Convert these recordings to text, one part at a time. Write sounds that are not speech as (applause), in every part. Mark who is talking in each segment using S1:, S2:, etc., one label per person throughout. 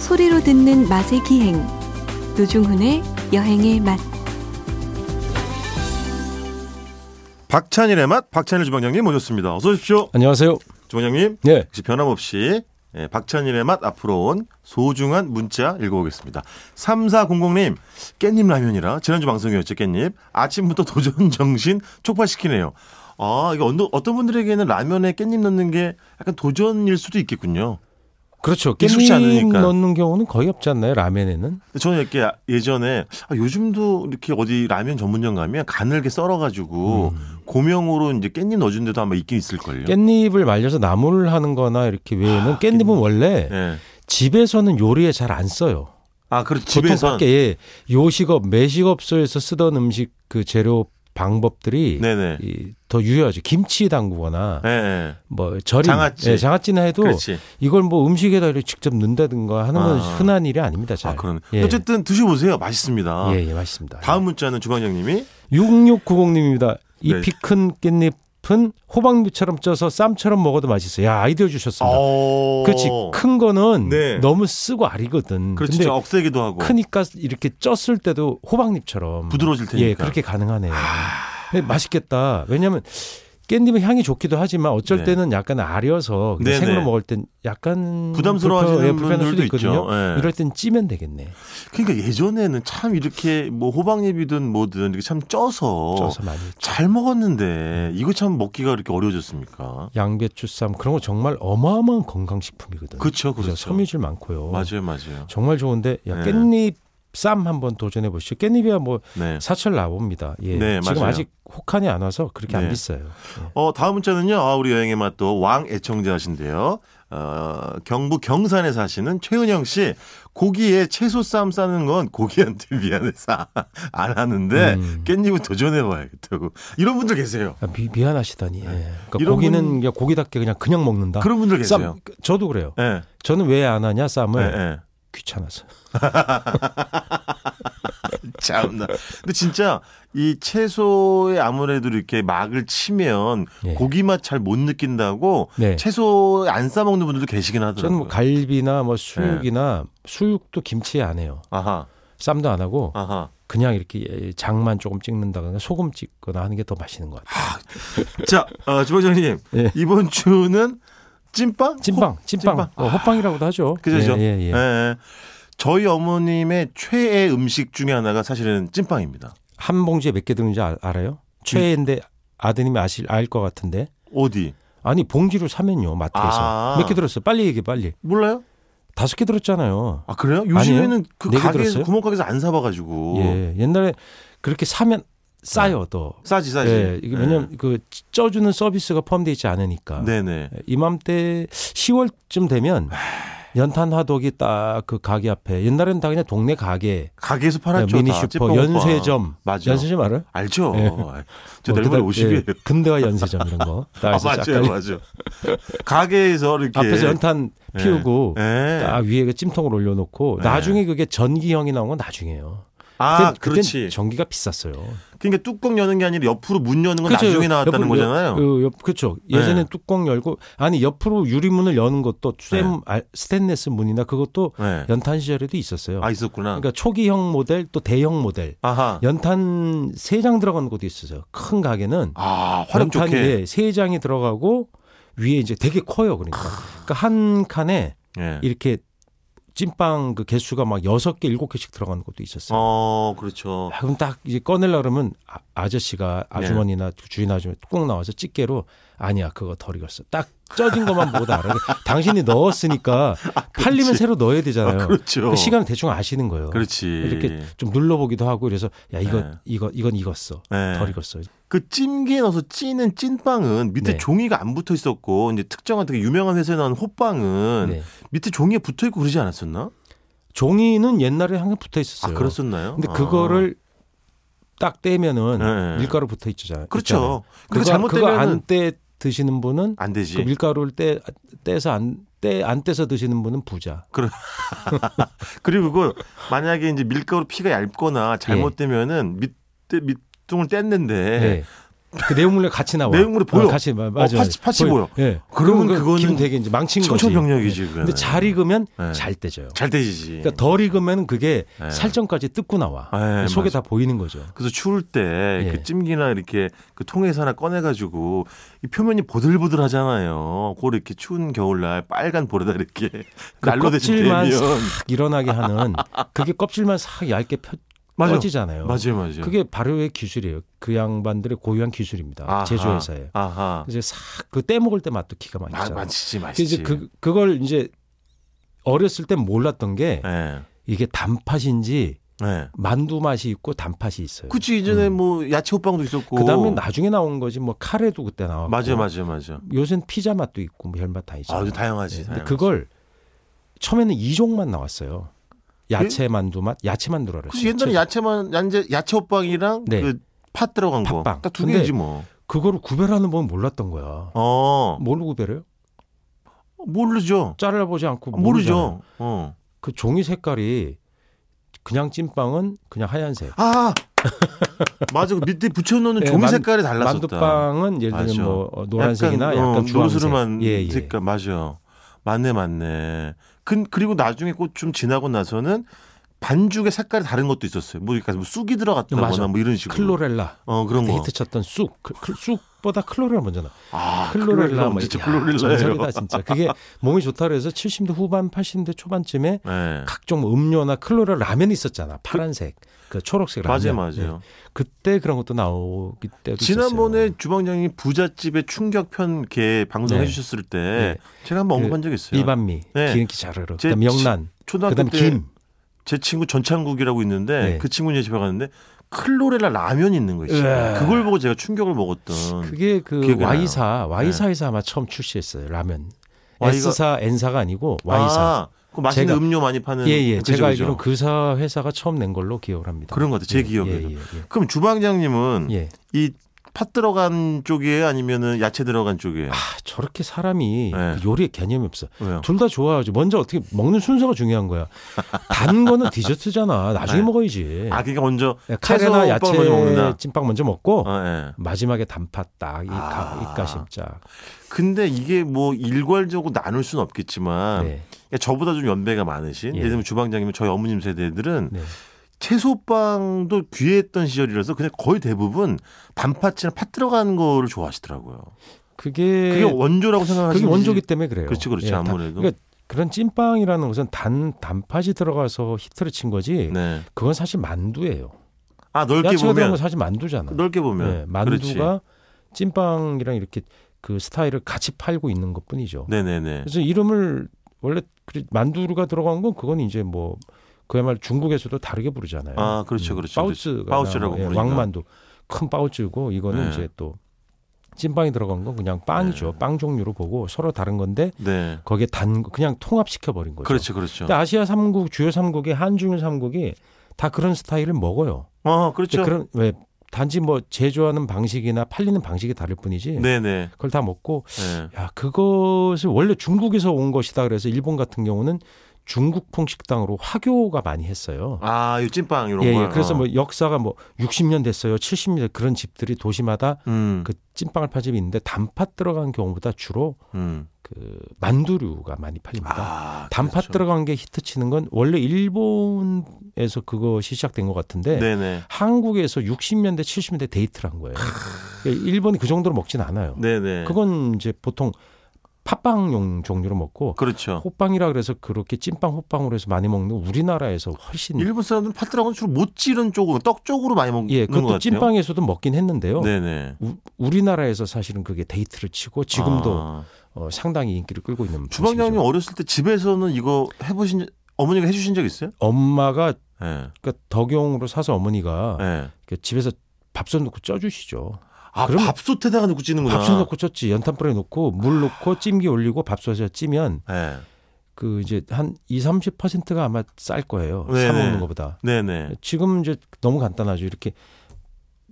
S1: 소리로 듣는 맛의 기행 노중훈의 여행의 맛
S2: 박찬일의 맛 박찬일 주방장님 모셨습니다. 어서 오십시오.
S3: 안녕하세요.
S2: 주방장님.
S3: 예.
S2: 역시 변함없이 예, 박찬일의 맛 앞으로 온 소중한 문자 읽어보겠습니다. 3400님 깻잎 라면이라 지난주 방송이었죠 깻잎 아침부터 (laughs) 도전 정신 촉발시키네요. 아 이게 어느, 어떤 분들에게는 라면에 깻잎 넣는 게 약간 도전일 수도 있겠군요.
S3: 그렇죠.
S2: 익숙치
S3: 깻잎
S2: 않으니까.
S3: 넣는 경우는 거의 없지 않나요? 라면에는?
S2: 근데 저는 이렇게 예전에 아, 요즘도 이렇게 어디 라면 전문점 가면 가늘게 썰어가지고 고명으로 이제 깻잎 넣어준 데도 아마 있긴 있을 걸요.
S3: 음. 깻잎을 말려서 나물 하는 거나 이렇게 외에는 깻잎은 원래
S2: 아, 예.
S3: 집에서는 요리에 잘 안 써요.
S2: 아, 그렇죠.
S3: 보통
S2: 집에서
S3: 밖에 예. 요식업, 매식업소에서 쓰던 음식 그 재료 방법들이
S2: 네네.
S3: 이, 더 유효하죠. 김치 담그거나
S2: 예, 예.
S3: 뭐 절임,
S2: 장아찌.
S3: 예, 장아찌나 해도
S2: 그렇지.
S3: 이걸 뭐 음식에다 이렇게 직접 넣는다든가 하는 건
S2: 아.
S3: 흔한 일이 아닙니다. 잘.
S2: 아, 그러네.
S3: 예.
S2: 어쨌든 드셔보세요. 맛있습니다.
S3: 예, 예, 맛있습니다.
S2: 다음 문자는 주방장님이
S3: 6690님입니다.
S2: 네.
S3: 잎이 큰 깻잎은 호박잎처럼 쪄서 쌈처럼 먹어도 맛있어요. 야, 아이디어 주셨습니다.
S2: 어.
S3: 그렇지. 큰 거는
S2: 네.
S3: 너무 쓰고 아리거든.
S2: 그렇지.
S3: 근데
S2: 진짜 억세기도 하고.
S3: 크니까 이렇게 쪘을 때도 호박잎처럼
S2: 부드러워질 테니까. 아.
S3: 예, 그렇게 가능하네요. 예, 맛있겠다. 왜냐면 깻잎은 향이 좋기도 하지만 어쩔
S2: 네.
S3: 때는 약간 아려서 그냥
S2: 네네.
S3: 생으로 먹을 땐 약간
S2: 부담스러워하시는
S3: 불편- 예, 불편할 수도
S2: 분들도
S3: 있거든요.
S2: 있죠. 예.
S3: 이럴 땐 찌면 되겠네.
S2: 그러니까 예전에는 참 이렇게 뭐 호박잎이든 뭐든 이렇게 참 쪄서,
S3: 쪄서 음. 많이
S2: 잘 먹었는데 이거 참 먹기가 이렇게 어려워졌습니까?
S3: 양배추쌈 그런 거 정말 어마어마한 건강식품이거든.
S2: 그렇죠,
S3: 그래서
S2: 그렇죠.
S3: 섬유질 많고요.
S2: 맞아요, 맞아요.
S3: 정말 좋은데 야,
S2: 네.
S3: 깻잎 쌈 한번 도전해 보시죠. 깻잎이야 뭐
S2: 네.
S3: 사철 나옵니다. 예.
S2: 네,
S3: 지금
S2: 맞아요.
S3: 아직 혹한이 안 와서 그렇게
S2: 네.
S3: 안 비싸요.
S2: 어, 다음 문자는요. 아, 우리 여행의 맛 또 왕 애청자신데요. 어, 경북 경산에 사시는 최은영 씨 고기에 채소쌈 싸는 건 고기한테 (laughs) 미안해서 안 하는데
S3: 음.
S2: 깻잎은 도전해 봐야겠다고. 이런 분들 계세요.
S3: 아, 미, 미안하시다니. 예.
S2: 네.
S3: 그러니까
S2: 이런
S3: 고기는
S2: 분-
S3: 그냥 고기답게 그냥 그냥 먹는다.
S2: 그런 분들 계세요.
S3: 쌈 네. 저도 그래요.
S2: 예.
S3: 저는 왜 안 하냐 쌈을
S2: 예, 예.
S3: 귀찮아서.
S2: 참나. 근데 진짜 이 채소에 아무래도 이렇게 막을 치면
S3: 예.
S2: 고기 맛 잘 못 느낀다고
S3: 네.
S2: 채소 안 싸 먹는 분들도 계시긴 하더라고요.
S3: 저는 뭐 갈비나 뭐 수육이나 수육도 김치에 안 해요.
S2: 아하.
S3: 쌈도 안 하고
S2: 네. 아하.
S3: 그냥 이렇게 예, 장만 조금 찍는다거나 소금 찍거나 하는 게 더 맛있는 것 같아요.
S2: 자, 어, 주방장님
S3: 예.
S2: 이번 주는 찐빵?
S3: 찐빵, 찐빵,
S2: 아, 찐빵.
S3: 어, 호빵이라고 도 하죠.
S2: 그죠, 그죠?
S3: 예, 예,
S2: 예.
S3: 예.
S2: 예. 저희 어머님의 최애 음식 중에 하나가 사실은 찐빵입니다.
S3: 한 봉지에 몇 개 드는지 아- 알아요? 최애인데 아드님이 아실 알 것 같은데.
S2: 어디?
S3: 아니 봉지로 사면요 마트에서
S2: 아.
S3: 몇 개 들었어요? 빨리 얘기해 빨리.
S2: 몰라요?
S3: 다섯 개 들었잖아요.
S2: 아 그래요? 요즘에는 그
S3: 네개
S2: 가게에서
S3: 들었어요?
S2: 구멍가게에서 안 사봐가지고
S3: 예, 옛날에 그렇게 사면 싸요 또.
S2: 네. 싸지 싸지.
S3: 예, 이게 왜냐면 그 쪄주는 서비스가 포함되어 있지 않으니까.
S2: 네. 네네.
S3: 예, 이맘때 10월쯤 되면 연탄 화덕이 딱 그 가게 앞에 옛날에는 다 그냥 동네 가게
S2: 가게에서 팔았죠.
S3: 미니
S2: 다.
S3: 슈퍼
S2: 찐빵
S3: 연쇄점
S2: 오빠. 맞아.
S3: 연쇄점 알아요?
S2: 알죠.
S3: 예.
S2: 저
S3: 뭐
S2: 내일모레
S3: 그다음-
S2: 50이에요.
S3: 예, 근대화 연쇄점 이런 거. 딱
S2: 아
S3: 해서 쫙
S2: 맞아요,
S3: 깔려-
S2: 맞아요. 가게에서 이렇게
S3: 앞에서 연탄
S2: 예.
S3: 피우고
S2: 예.
S3: 딱 위에 그 찜통을 올려놓고
S2: 예.
S3: 나중에 그게 전기형이 나온 건 나중에요.
S2: 아
S3: 그땐- 그땐
S2: 그렇지.
S3: 전기가 비쌌어요.
S2: 그러니까 뚜껑 여는 게 아니라 옆으로 문 여는 건 나중에 나왔다는
S3: 그렇죠. 옆으로
S2: 거잖아요.
S3: 여- 그 옆- 그렇죠. 예전엔 뚜껑 열고 아니 옆으로 유리문을 여는 것도
S2: 예.
S3: 쇠- 아, 스테인레스 문이나 그것도
S2: 네.
S3: 연탄 시절에도 있었어요.
S2: 아 있었구나.
S3: 그러니까 초기형 모델 또 대형 모델
S2: 아하.
S3: 연탄 세 장 들어가는 것도 있었어요. 큰 가게는
S2: 아 화력
S3: 연탄이
S2: 좋게.
S3: 예, 세 장이 들어가고 위에 이제 되게 커요. 그러니까, 그러니까 한 칸에
S2: 예.
S3: 네. 이렇게 찐빵 그 개수가 막 여섯 개 일곱 개씩 들어가는 것도 있었어요.
S2: 어 그렇죠.
S3: 아, 그럼 딱 이제 꺼내려 그러면 아, 아저씨가
S2: 네.
S3: 아주머니나 주인 아주머니 꼭 나와서 찌개로 아니야 그거 덜 익었어. 딱 쪄진 것만 보고 알아. 당신이 넣었으니까
S2: (laughs)
S3: 팔리면 새로 넣어야 되잖아요.
S2: 아, 그렇죠.
S3: 그 시간 대충 아시는 거예요.
S2: 그렇지.
S3: 이렇게 좀 눌러보기도 하고 그래서 야 이거
S2: 네.
S3: 이거 이건 익었어.
S2: 네.
S3: 덜 익었어.
S2: 그 찜기에 넣어서 찌는 찐빵은 밑에
S3: 네.
S2: 종이가 안 붙어 있었고 이제 특정한 되게 유명한 회사에 나온 호빵은
S3: 네.
S2: 밑에 종이에 붙어 있고 그러지 않았었나?
S3: 종이는 옛날에 항상 붙어 있었어요.
S2: 아 그랬었나요?
S3: 근데
S2: 아.
S3: 그거를 딱 떼면은
S2: 네.
S3: 밀가루 붙어 있잖아요.
S2: 그렇죠. 그거
S3: 그거 그거
S2: 잘못되면 안,
S3: 안떼 드시는 분은
S2: 안
S3: 그
S2: 되지.
S3: 밀가루를 떼 떼서 안떼안 떼서 드시는 분은 부자.
S2: 그리고 그거 만약에 이제 밀가루 피가 얇거나 잘못되면은 밑에 밑둥을 뗐는데
S3: 예. 그 내용물에 같이 나와.
S2: 네. 내용물에 보여.
S3: 어, 같이 마-
S2: 어,
S3: 맞아.
S2: 같이- 같이 보여.
S3: 예.
S2: 그러면
S3: 그러면 그
S2: 그거는
S3: 기분 되게 이제 망친 거지.
S2: 청천벽력이지,
S3: 예.
S2: 그거는.
S3: 근데 잘 익으면
S2: 예.
S3: 잘 떼져요.
S2: 잘 되지.
S3: 그러니까 덜 익으면 그게
S2: 예.
S3: 살점까지 뜯고 나와.
S2: 예,
S3: 속에
S2: 맞아.
S3: 다 보이는 거죠.
S2: 그래서 추울 때 그
S3: 예.
S2: 찜기나 이렇게 그 통에서나 꺼내가지고 이 표면이 보들보들 하잖아요. 그걸 이렇게 추운 겨울날 빨간 볼에다 이렇게
S3: (laughs) 그
S2: 난로 대신
S3: 껍질만
S2: 대면.
S3: 싹 일어나게 하는 그게 껍질만 싹 얇게 펴
S2: 맞아.
S3: 펴지잖아요.
S2: 맞아요, 맞아요.
S3: 그게 발효의 기술이에요. 그 양반들의 고유한 기술입니다.
S2: 아하.
S3: 제조회사에.
S2: 아하.
S3: 이제 싹그떼 먹을 때 맛도 기가
S2: 마,
S3: 막히잖아요.
S2: 맛있지,
S3: 그래서
S2: 맛있지.
S3: 이제 그 그걸 이제 어렸을 땐 몰랐던 게
S2: 예.
S3: 이게 단팥인지
S2: 예.
S3: 만두 맛이 있고 단팥이 있어요. 그
S2: 그치, 이전에
S3: 음.
S2: 뭐 야채 호빵도 있었고.
S3: 다음에 나중에 예. 나온 거지 뭐 카레도 그때 나왔고.
S2: 맞아요, 맞아요, 맞아요.
S3: 요새는 피자 맛도 있고 뭐 별맛 다 있잖아요.
S2: 아주 다양하지.
S3: 네, 근데
S2: 다양하지.
S3: 그걸 처음에는 이종만 나왔어요. 야채 만두 맛, 야채 만두라 그랬어요.
S2: 예? 그치, 옛날에 야채만, 야채, 야채 호빵이랑
S3: 네.
S2: 그 팥 들어간 거.
S3: 팥빵.
S2: 딱 두
S3: 근데-
S2: 개지 뭐.
S3: 그거를 구별하는 법은 몰랐던 거야.
S2: 어.
S3: 뭘로 구별해요?
S2: 모르죠.
S3: 잘라보지 않고 모르잖아요.
S2: 모르죠. 어.
S3: 그 종이 색깔이 그냥 찐빵은 그냥 하얀색.
S2: 아 맞아 그 밑에 붙여놓는
S3: 예,
S2: 종이
S3: 만-
S2: 색깔이 달랐었다.
S3: 만두빵은 예를 들면
S2: 맞아.
S3: 뭐 어, 노란색이나 약간,
S2: 어,
S3: 주황색.
S2: 노르스름한
S3: 예, 예.
S2: 색깔 맞아. 맞네 맞네. 그, 그리고 나중에 꼭 좀 지나고 나서는 반죽의 색깔이 다른 것도 있었어요. 뭐 그러니까 뭐 쑥이 들어갔다거나
S3: 맞아.
S2: 뭐 이런 식으로.
S3: 클로렐라.
S2: 어 그런
S3: 그때
S2: 거.
S3: 히트 쳤던 쑥. 그- 그 쑥보다 클로렐라 먼저 나.
S2: 아
S3: 클로렐라 뭐
S2: 진짜
S3: 야,
S2: 클로렐라예요.
S3: 전설이다 진짜. 그게 몸이 좋다 그래서 70대 후반 80대 초반쯤에
S2: 예.
S3: 각종 뭐 음료나 클로렐 라면이 있었잖아. 파란색, 그 초록색
S2: 맞아요
S3: 라면.
S2: 맞아요.
S3: 예. 그때 그런 것도 나오기 때도
S2: 지난번에
S3: 있었어요.
S2: 주방장님 부잣집의 충격편 개 방송
S3: 네.
S2: 해주셨을 때
S3: 네.
S2: 제가 한번
S3: 그
S2: 언급한 적이 있어요.
S3: 이반미,
S2: 네.
S3: 기름기 자르르,
S2: 제
S3: 그다음 명란,
S2: 초등학교
S3: 그다음
S2: 때
S3: 김.
S2: 제 친구 전창국이라고 있는데
S3: 네.
S2: 그 친구 이제 집에 갔는데 클로렐라 라면이 있는 거예요.
S3: 으아.
S2: 그걸 보고 제가 충격을 먹었던.
S3: 그게 그
S2: 음. 기억이 나요. 네.
S3: Y사, Y사에서 아마 처음 출시했어요 라면.
S2: Y가-
S3: S사, N사가 아니고 Y사.
S2: 아, 그 맛있는
S3: 제가-
S2: 음료 많이 파는.
S3: 예예,
S2: 그죠,
S3: 제가
S2: 그죠?
S3: 알기로 그사 회사가 처음 낸 걸로 기억을 합니다.
S2: 그런 것 같아요. 제
S3: 예,
S2: 기억에도. 음.
S3: 예, 예,
S2: 그럼 주방장님은
S3: 예. 예.
S2: 이 팥 들어간 쪽이에요, 아니면은 야채 들어간 쪽이에요?
S3: 아 저렇게 사람이
S2: 네.
S3: 그 요리에 개념이 없어.
S2: 왜요?
S3: 둘 다 좋아하지. 먼저 어떻게 먹는 순서가 중요한 거야. 단
S2: (laughs)
S3: 거는 디저트잖아. 나중에
S2: 네.
S3: 먹어야지.
S2: 아, 그러니까 먼저
S3: 예. 카레나
S2: 채소 빵을 먼저 먹는다.
S3: 야채 찐빵 먼저 먹고
S2: 어, 예.
S3: 마지막에 단팥 딱 이가
S2: 아.
S3: 입가심자.
S2: 근데 이게 뭐 일괄적으로 나눌 수는 없겠지만
S3: 네.
S2: 그러니까 저보다 좀 연배가 많으신
S3: 예.
S2: 예를 들면 주방장님은 저희 어머님 세대들은
S3: 네.
S2: 채소빵도 귀했던 시절이라서 그냥 거의 대부분 단팥이나 팥 들어간 거를 좋아하시더라고요.
S3: 그게
S2: 그게 원조라고 생각하시는
S3: 네. 그게 원조기 때문에 그래요.
S2: 그렇지, 그렇지,
S3: 단-
S2: 아무래도.
S3: 그러니까 그런 찐빵이라는 것은 단 단팥이 들어가서 히트를 친 거지.
S2: 네.
S3: 그건 사실 만두예요.
S2: 아 넓게
S3: 야채가 들어간 건
S2: 보면
S3: 사실 만두잖아.
S2: 넓게 보면
S3: 네, 만두가 찐빵이랑 이렇게 그 스타일을 같이 팔고 있는 것뿐이죠.
S2: 네네네.
S3: 그래서 이름을 원래 그리- 만두가 들어간 건 그건 이제 뭐 그야말로 중국에서도 다르게 부르잖아요. 음,
S2: 아 그렇죠, 그렇죠.
S3: 파우츠가
S2: 파우츠라고
S3: 나오고, 예,
S2: 부르니까.
S3: 왕만두 큰 파우츠고 이거는
S2: 네.
S3: 이제 또 찐빵이 들어간 건 그냥 빵이죠. 빵 종류로 보고 서로 다른 건데
S2: 네.
S3: 거기에 단 거- 그냥 통합시켜 버린 거죠.
S2: 그렇죠, 그렇죠.
S3: 근데 아시아 삼국 주요 삼국의 한중일 삼국이다 그런 스타일을 먹어요.
S2: 어
S3: 근데
S2: 그렇죠.
S3: 네, 그런 왜 단지 뭐 제조하는 방식이나 팔리는 방식이 다를 뿐이지
S2: 네네.
S3: 그걸 다 먹고
S2: 네.
S3: 야, 그것을 원래 중국에서 온 것이다. 그래서 일본 같은 경우는 중국풍 식당으로 화교가 많이 했어요.
S2: 아, 이 찐빵 이런 어.
S3: 예,
S2: 거.
S3: 예. 그래서 뭐 역사가 뭐 60년 됐어요. 70년 그런 집들이 도시마다
S2: 음,
S3: 그 찐빵을 판 집이 있는데 단팥 들어간 경우보다 주로
S2: 음.
S3: 그 만두류가 많이 팔립니다.
S2: 아,
S3: 단팥 들어간 게 히트 치는 건 원래 일본에서 그것이 시작된 것 같은데
S2: 네네.
S3: 한국에서 60년대 70년대 데이트를 한 거예요. 그러니까 일본이 그 정도로 먹진 않아요.
S2: 네네.
S3: 그건 이제 보통 팥빵용 종류로 먹고
S2: 그렇죠.
S3: 호빵이라 그래서 그렇게 찐빵 호빵으로 해서 많이 먹는 우리나라에서 훨씬
S2: 일본 사람들은 팥 들어간 주로 못 찌른 쪽으로 떡 쪽으로 많이 먹는
S3: 예
S2: 것 같아요.
S3: 그것도 찐빵에서도 먹긴 했는데요.
S2: 네네.
S3: 우, 우리나라에서 사실은 그게 데이트를 치고 지금도
S2: 아.
S3: 어, 상당히 인기를 끌고 있는
S2: 주방장님
S3: 방식이죠.
S2: 어렸을 때 집에서는 이거 해보신 어머니가 해주신 적 있어요?
S3: 엄마가
S2: 예.
S3: 그러니까 덕용으로 사서 어머니가
S2: 예.
S3: 그 집에서 밥솥 넣고 쪄주시죠.
S2: 아
S3: 그럼-
S2: 밥솥에다가 넣고 찌는구나.
S3: 밥솥 넣고 쪘지 연탄불에 넣고 물 넣고 찜기 올리고 밥솥에서 찌면
S2: 예.
S3: 그 이제 한 2, 30%가 아마 쌀 거예요.
S2: 네네.
S3: 사 먹는 것보다.
S2: 네네.
S3: 지금 이제 너무 간단하죠. 이렇게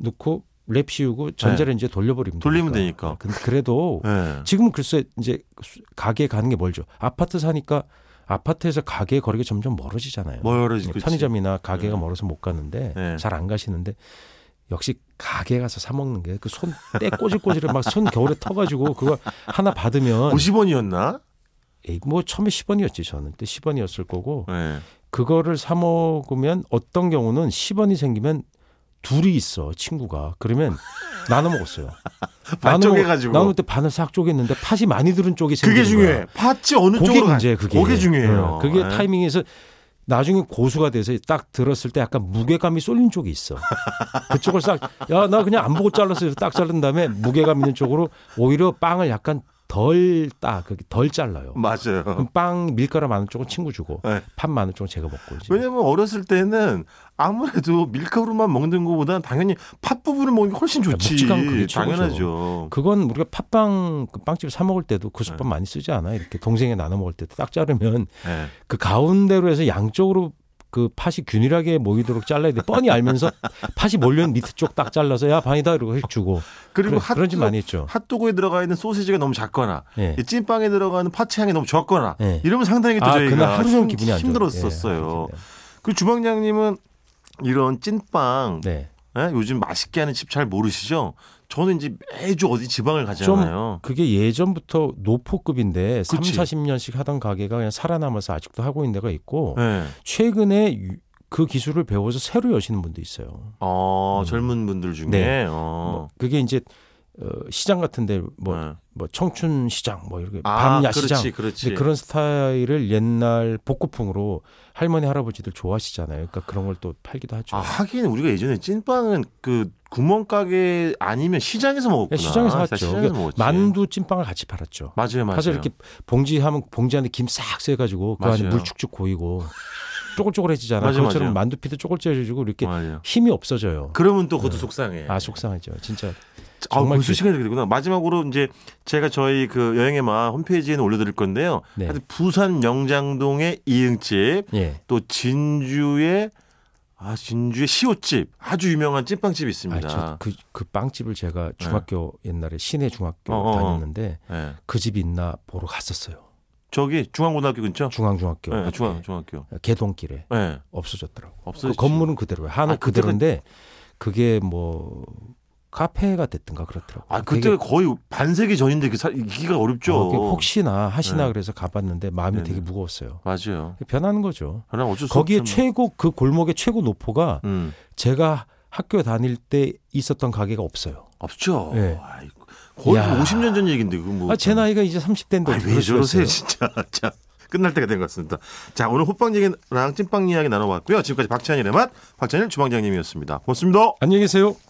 S3: 넣고 랩 씌우고 전자레인지에 돌려버리면
S2: 네.
S3: 네,
S2: 돌리면 되니까.
S3: 근데 그래도
S2: 예.
S3: 지금은 글쎄 이제 수- 가게에 가는 게 멀죠. 아파트 사니까 아파트에서 가게 거리가 점점 멀어지잖아요.
S2: 멀어지 그치?
S3: 편의점이나 가게가
S2: 네.
S3: 멀어서 못 가는데
S2: 네.
S3: 잘 안 가시는데 역시 가게 가서 사 먹는 게 그 손 때 꼬질꼬질 막 손 겨울에 터가지고 그거 하나 받으면
S2: 50원이었나?
S3: 에이, 뭐 처음에 10원이었지 저는 때 10원이었을 거고
S2: 네.
S3: 그거를 사 먹으면 어떤 경우는 10원이 생기면 둘이 있어 친구가 그러면 나눠 먹었어요.
S2: (laughs) 반
S3: 나눠 먹-
S2: 쪼개가지고.
S3: 나눠 먹을 때 반을 싹 쪼갰는데 팥이 많이 들은 쪽이 생기는
S2: 그게 중요해.
S3: 거야.
S2: 팥이 어느
S3: 그게
S2: 쪽으로 가-
S3: 문제 그게.
S2: 그게 중요해요.
S3: 네, 그게
S2: 네.
S3: 타이밍에서 나중에 고수가 돼서 딱 들었을 때 약간 무게감이 쏠린 쪽이 있어. 그쪽을 싹 야 나 그냥 안 보고 잘랐어요. 딱 자른 다음에 무게감 있는 쪽으로 오히려 빵을 약간 덜따 그게 덜 잘라요.
S2: 맞아요.
S3: 그럼 빵 밀가루 많은 쪽은 친구 주고
S2: 네.
S3: 팥 많은 쪽은 제가 먹고 이제.
S2: 왜냐면 어렸을 때는 아무래도 밀가루만 먹는 것보다는 당연히 팥 부분을 먹는 게 훨씬 좋지.
S3: 묵직한 그게 최고죠. 그렇죠.
S2: 당연하죠.
S3: 그건 우리가 팥빵 그 빵집 사 먹을 때도 그 숯밥 많이 쓰지 않아 이렇게 동생이 나눠 먹을 때도 딱 자르면
S2: 네.
S3: 그 가운데로 해서 양쪽으로 그 팥이 균일하게 모이도록 잘라야 돼 뻔히 알면서 팥이 몰려있는 밑에 쪽 딱 잘라서 야 반이다 이러고 휙 주고
S2: 그리고
S3: 그런- 그런 집
S2: 핫도-
S3: 많이 했죠.
S2: 핫도그에 들어가 있는 소시지가 너무 작거나
S3: 예.
S2: 이 찐빵에 들어가는 파채 향이 너무 적거나
S3: 예.
S2: 이러면 상당히 또
S3: 아
S2: 저희가
S3: 그날 하루 종일
S2: 힘-
S3: 기분이 안 좋아요.
S2: 힘들었었어요.
S3: 예,
S2: 그 주방장님은 이런 찐빵
S3: 네.
S2: 예? 요즘 맛있게 하는 집 잘 모르시죠? 저는 이제 매주 어디 지방을 가잖아요.
S3: 그게 예전부터 노포급인데 삼
S2: 그치.
S3: 3, 40년씩 하던 가게가 그냥 살아남아서 아직도 하고 있는 데가 있고
S2: 예.
S3: 최근에 유- 그 기술을 배워서 새로 여시는 분도 있어요.
S2: 어,
S3: 음.
S2: 젊은 분들 중에
S3: 네.
S2: 어.
S3: 뭐 그게 이제 어, 시장 같은데 뭐,
S2: 예.
S3: 뭐 청춘 시장 뭐 이렇게
S2: 아,
S3: 밤야시장 그렇죠.
S2: 그렇지, 그렇지.
S3: 근데 그런 스타일을 옛날 복고풍으로 할머니 할아버지들 좋아하시잖아요. 그러니까 그런 걸 또 팔기도 하죠.
S2: 아, 하긴 우리가 예전에 찐빵은 그 구멍가게 아니면 시장에서 먹었구나.
S3: 예, 시장에서 샀죠.
S2: 아, 시장에서
S3: 그러니까
S2: 먹었지.
S3: 만두 찐빵을 같이 팔았죠.
S2: 맞아요, 맞아요.
S3: 사실 이렇게 봉지 하면 봉지 안에 김 싹 세가지고 그 안에
S2: 맞아요.
S3: 물
S2: (laughs)
S3: 쭉쭉 고이고 쪼글쪼글해지잖아.
S2: 맞아요,
S3: 그것처럼
S2: 맞아요.
S3: 만두피도 쪼글쪼글해지고 이렇게
S2: 맞아요.
S3: 힘이 없어져요.
S2: 그러면 예. 또 그것도 속상해.
S3: 아 속상하죠. 진짜
S2: 아,
S3: 정말
S2: 벌써
S3: 그-
S2: 시간이 되구나. 마지막으로 이제 제가 저희 그 여행의 마 홈페이지에는 올려드릴 건데요.
S3: 네.
S2: 하여튼 부산 영장동의 이응집,
S3: 예.
S2: 또 진주의 아 진주의 시옷집 아주 유명한 찐빵집이 있습니다. 네.
S3: 아저그 그 빵집을 제가 중학교 옛날에 시내 중학교
S2: 어, 어, 어.
S3: 다녔는데
S2: 예.
S3: 그 집이 있나 보러 갔었어요.
S2: 저기 중앙고등학교 근처.
S3: 중앙중학교
S2: 예,
S3: 앞에
S2: 중앙 중학교.
S3: 개동길에
S2: 예.
S3: 없어졌더라고. 그
S2: 없어졌지.
S3: 건물은 그대로예요. 한옥
S2: 아, 그때가-
S3: 그대로인데 그게 뭐 카페가 됐든가 그렇더라고.
S2: 아 그때 가 거의 반세기 전인데 그 사, 이기가 어렵죠.
S3: 혹시나 하시나
S2: 네.
S3: 그래서 가봤는데 마음이
S2: 네네.
S3: 되게 무거웠어요.
S2: 맞아요.
S3: 변하는 거죠.
S2: 그러나 어쩔 수
S3: 거기에
S2: 없죠. 뭐.
S3: 최고 그 골목의 최고 노포가
S2: 음.
S3: 제가 학교 다닐 때 있었던 가게가 없어요.
S2: 없죠.
S3: 예.
S2: 아이고, 거의
S3: 야.
S2: 50년 전 얘기인데 그 뭐.
S3: 아, 제 나이가 이제 30대인데
S2: 아,
S3: 어떻게
S2: 왜
S3: 그럴 수가
S2: 저러세요
S3: 있어요?
S2: 진짜. (laughs) 자 끝날 때가 된 것 같습니다. 자 오늘 호빵 얘기랑 찐빵 이야기 나눠봤고요. 지금까지 박찬일의 맛 박찬일 주방장님이었습니다. 고맙습니다.
S3: 안녕히 계세요.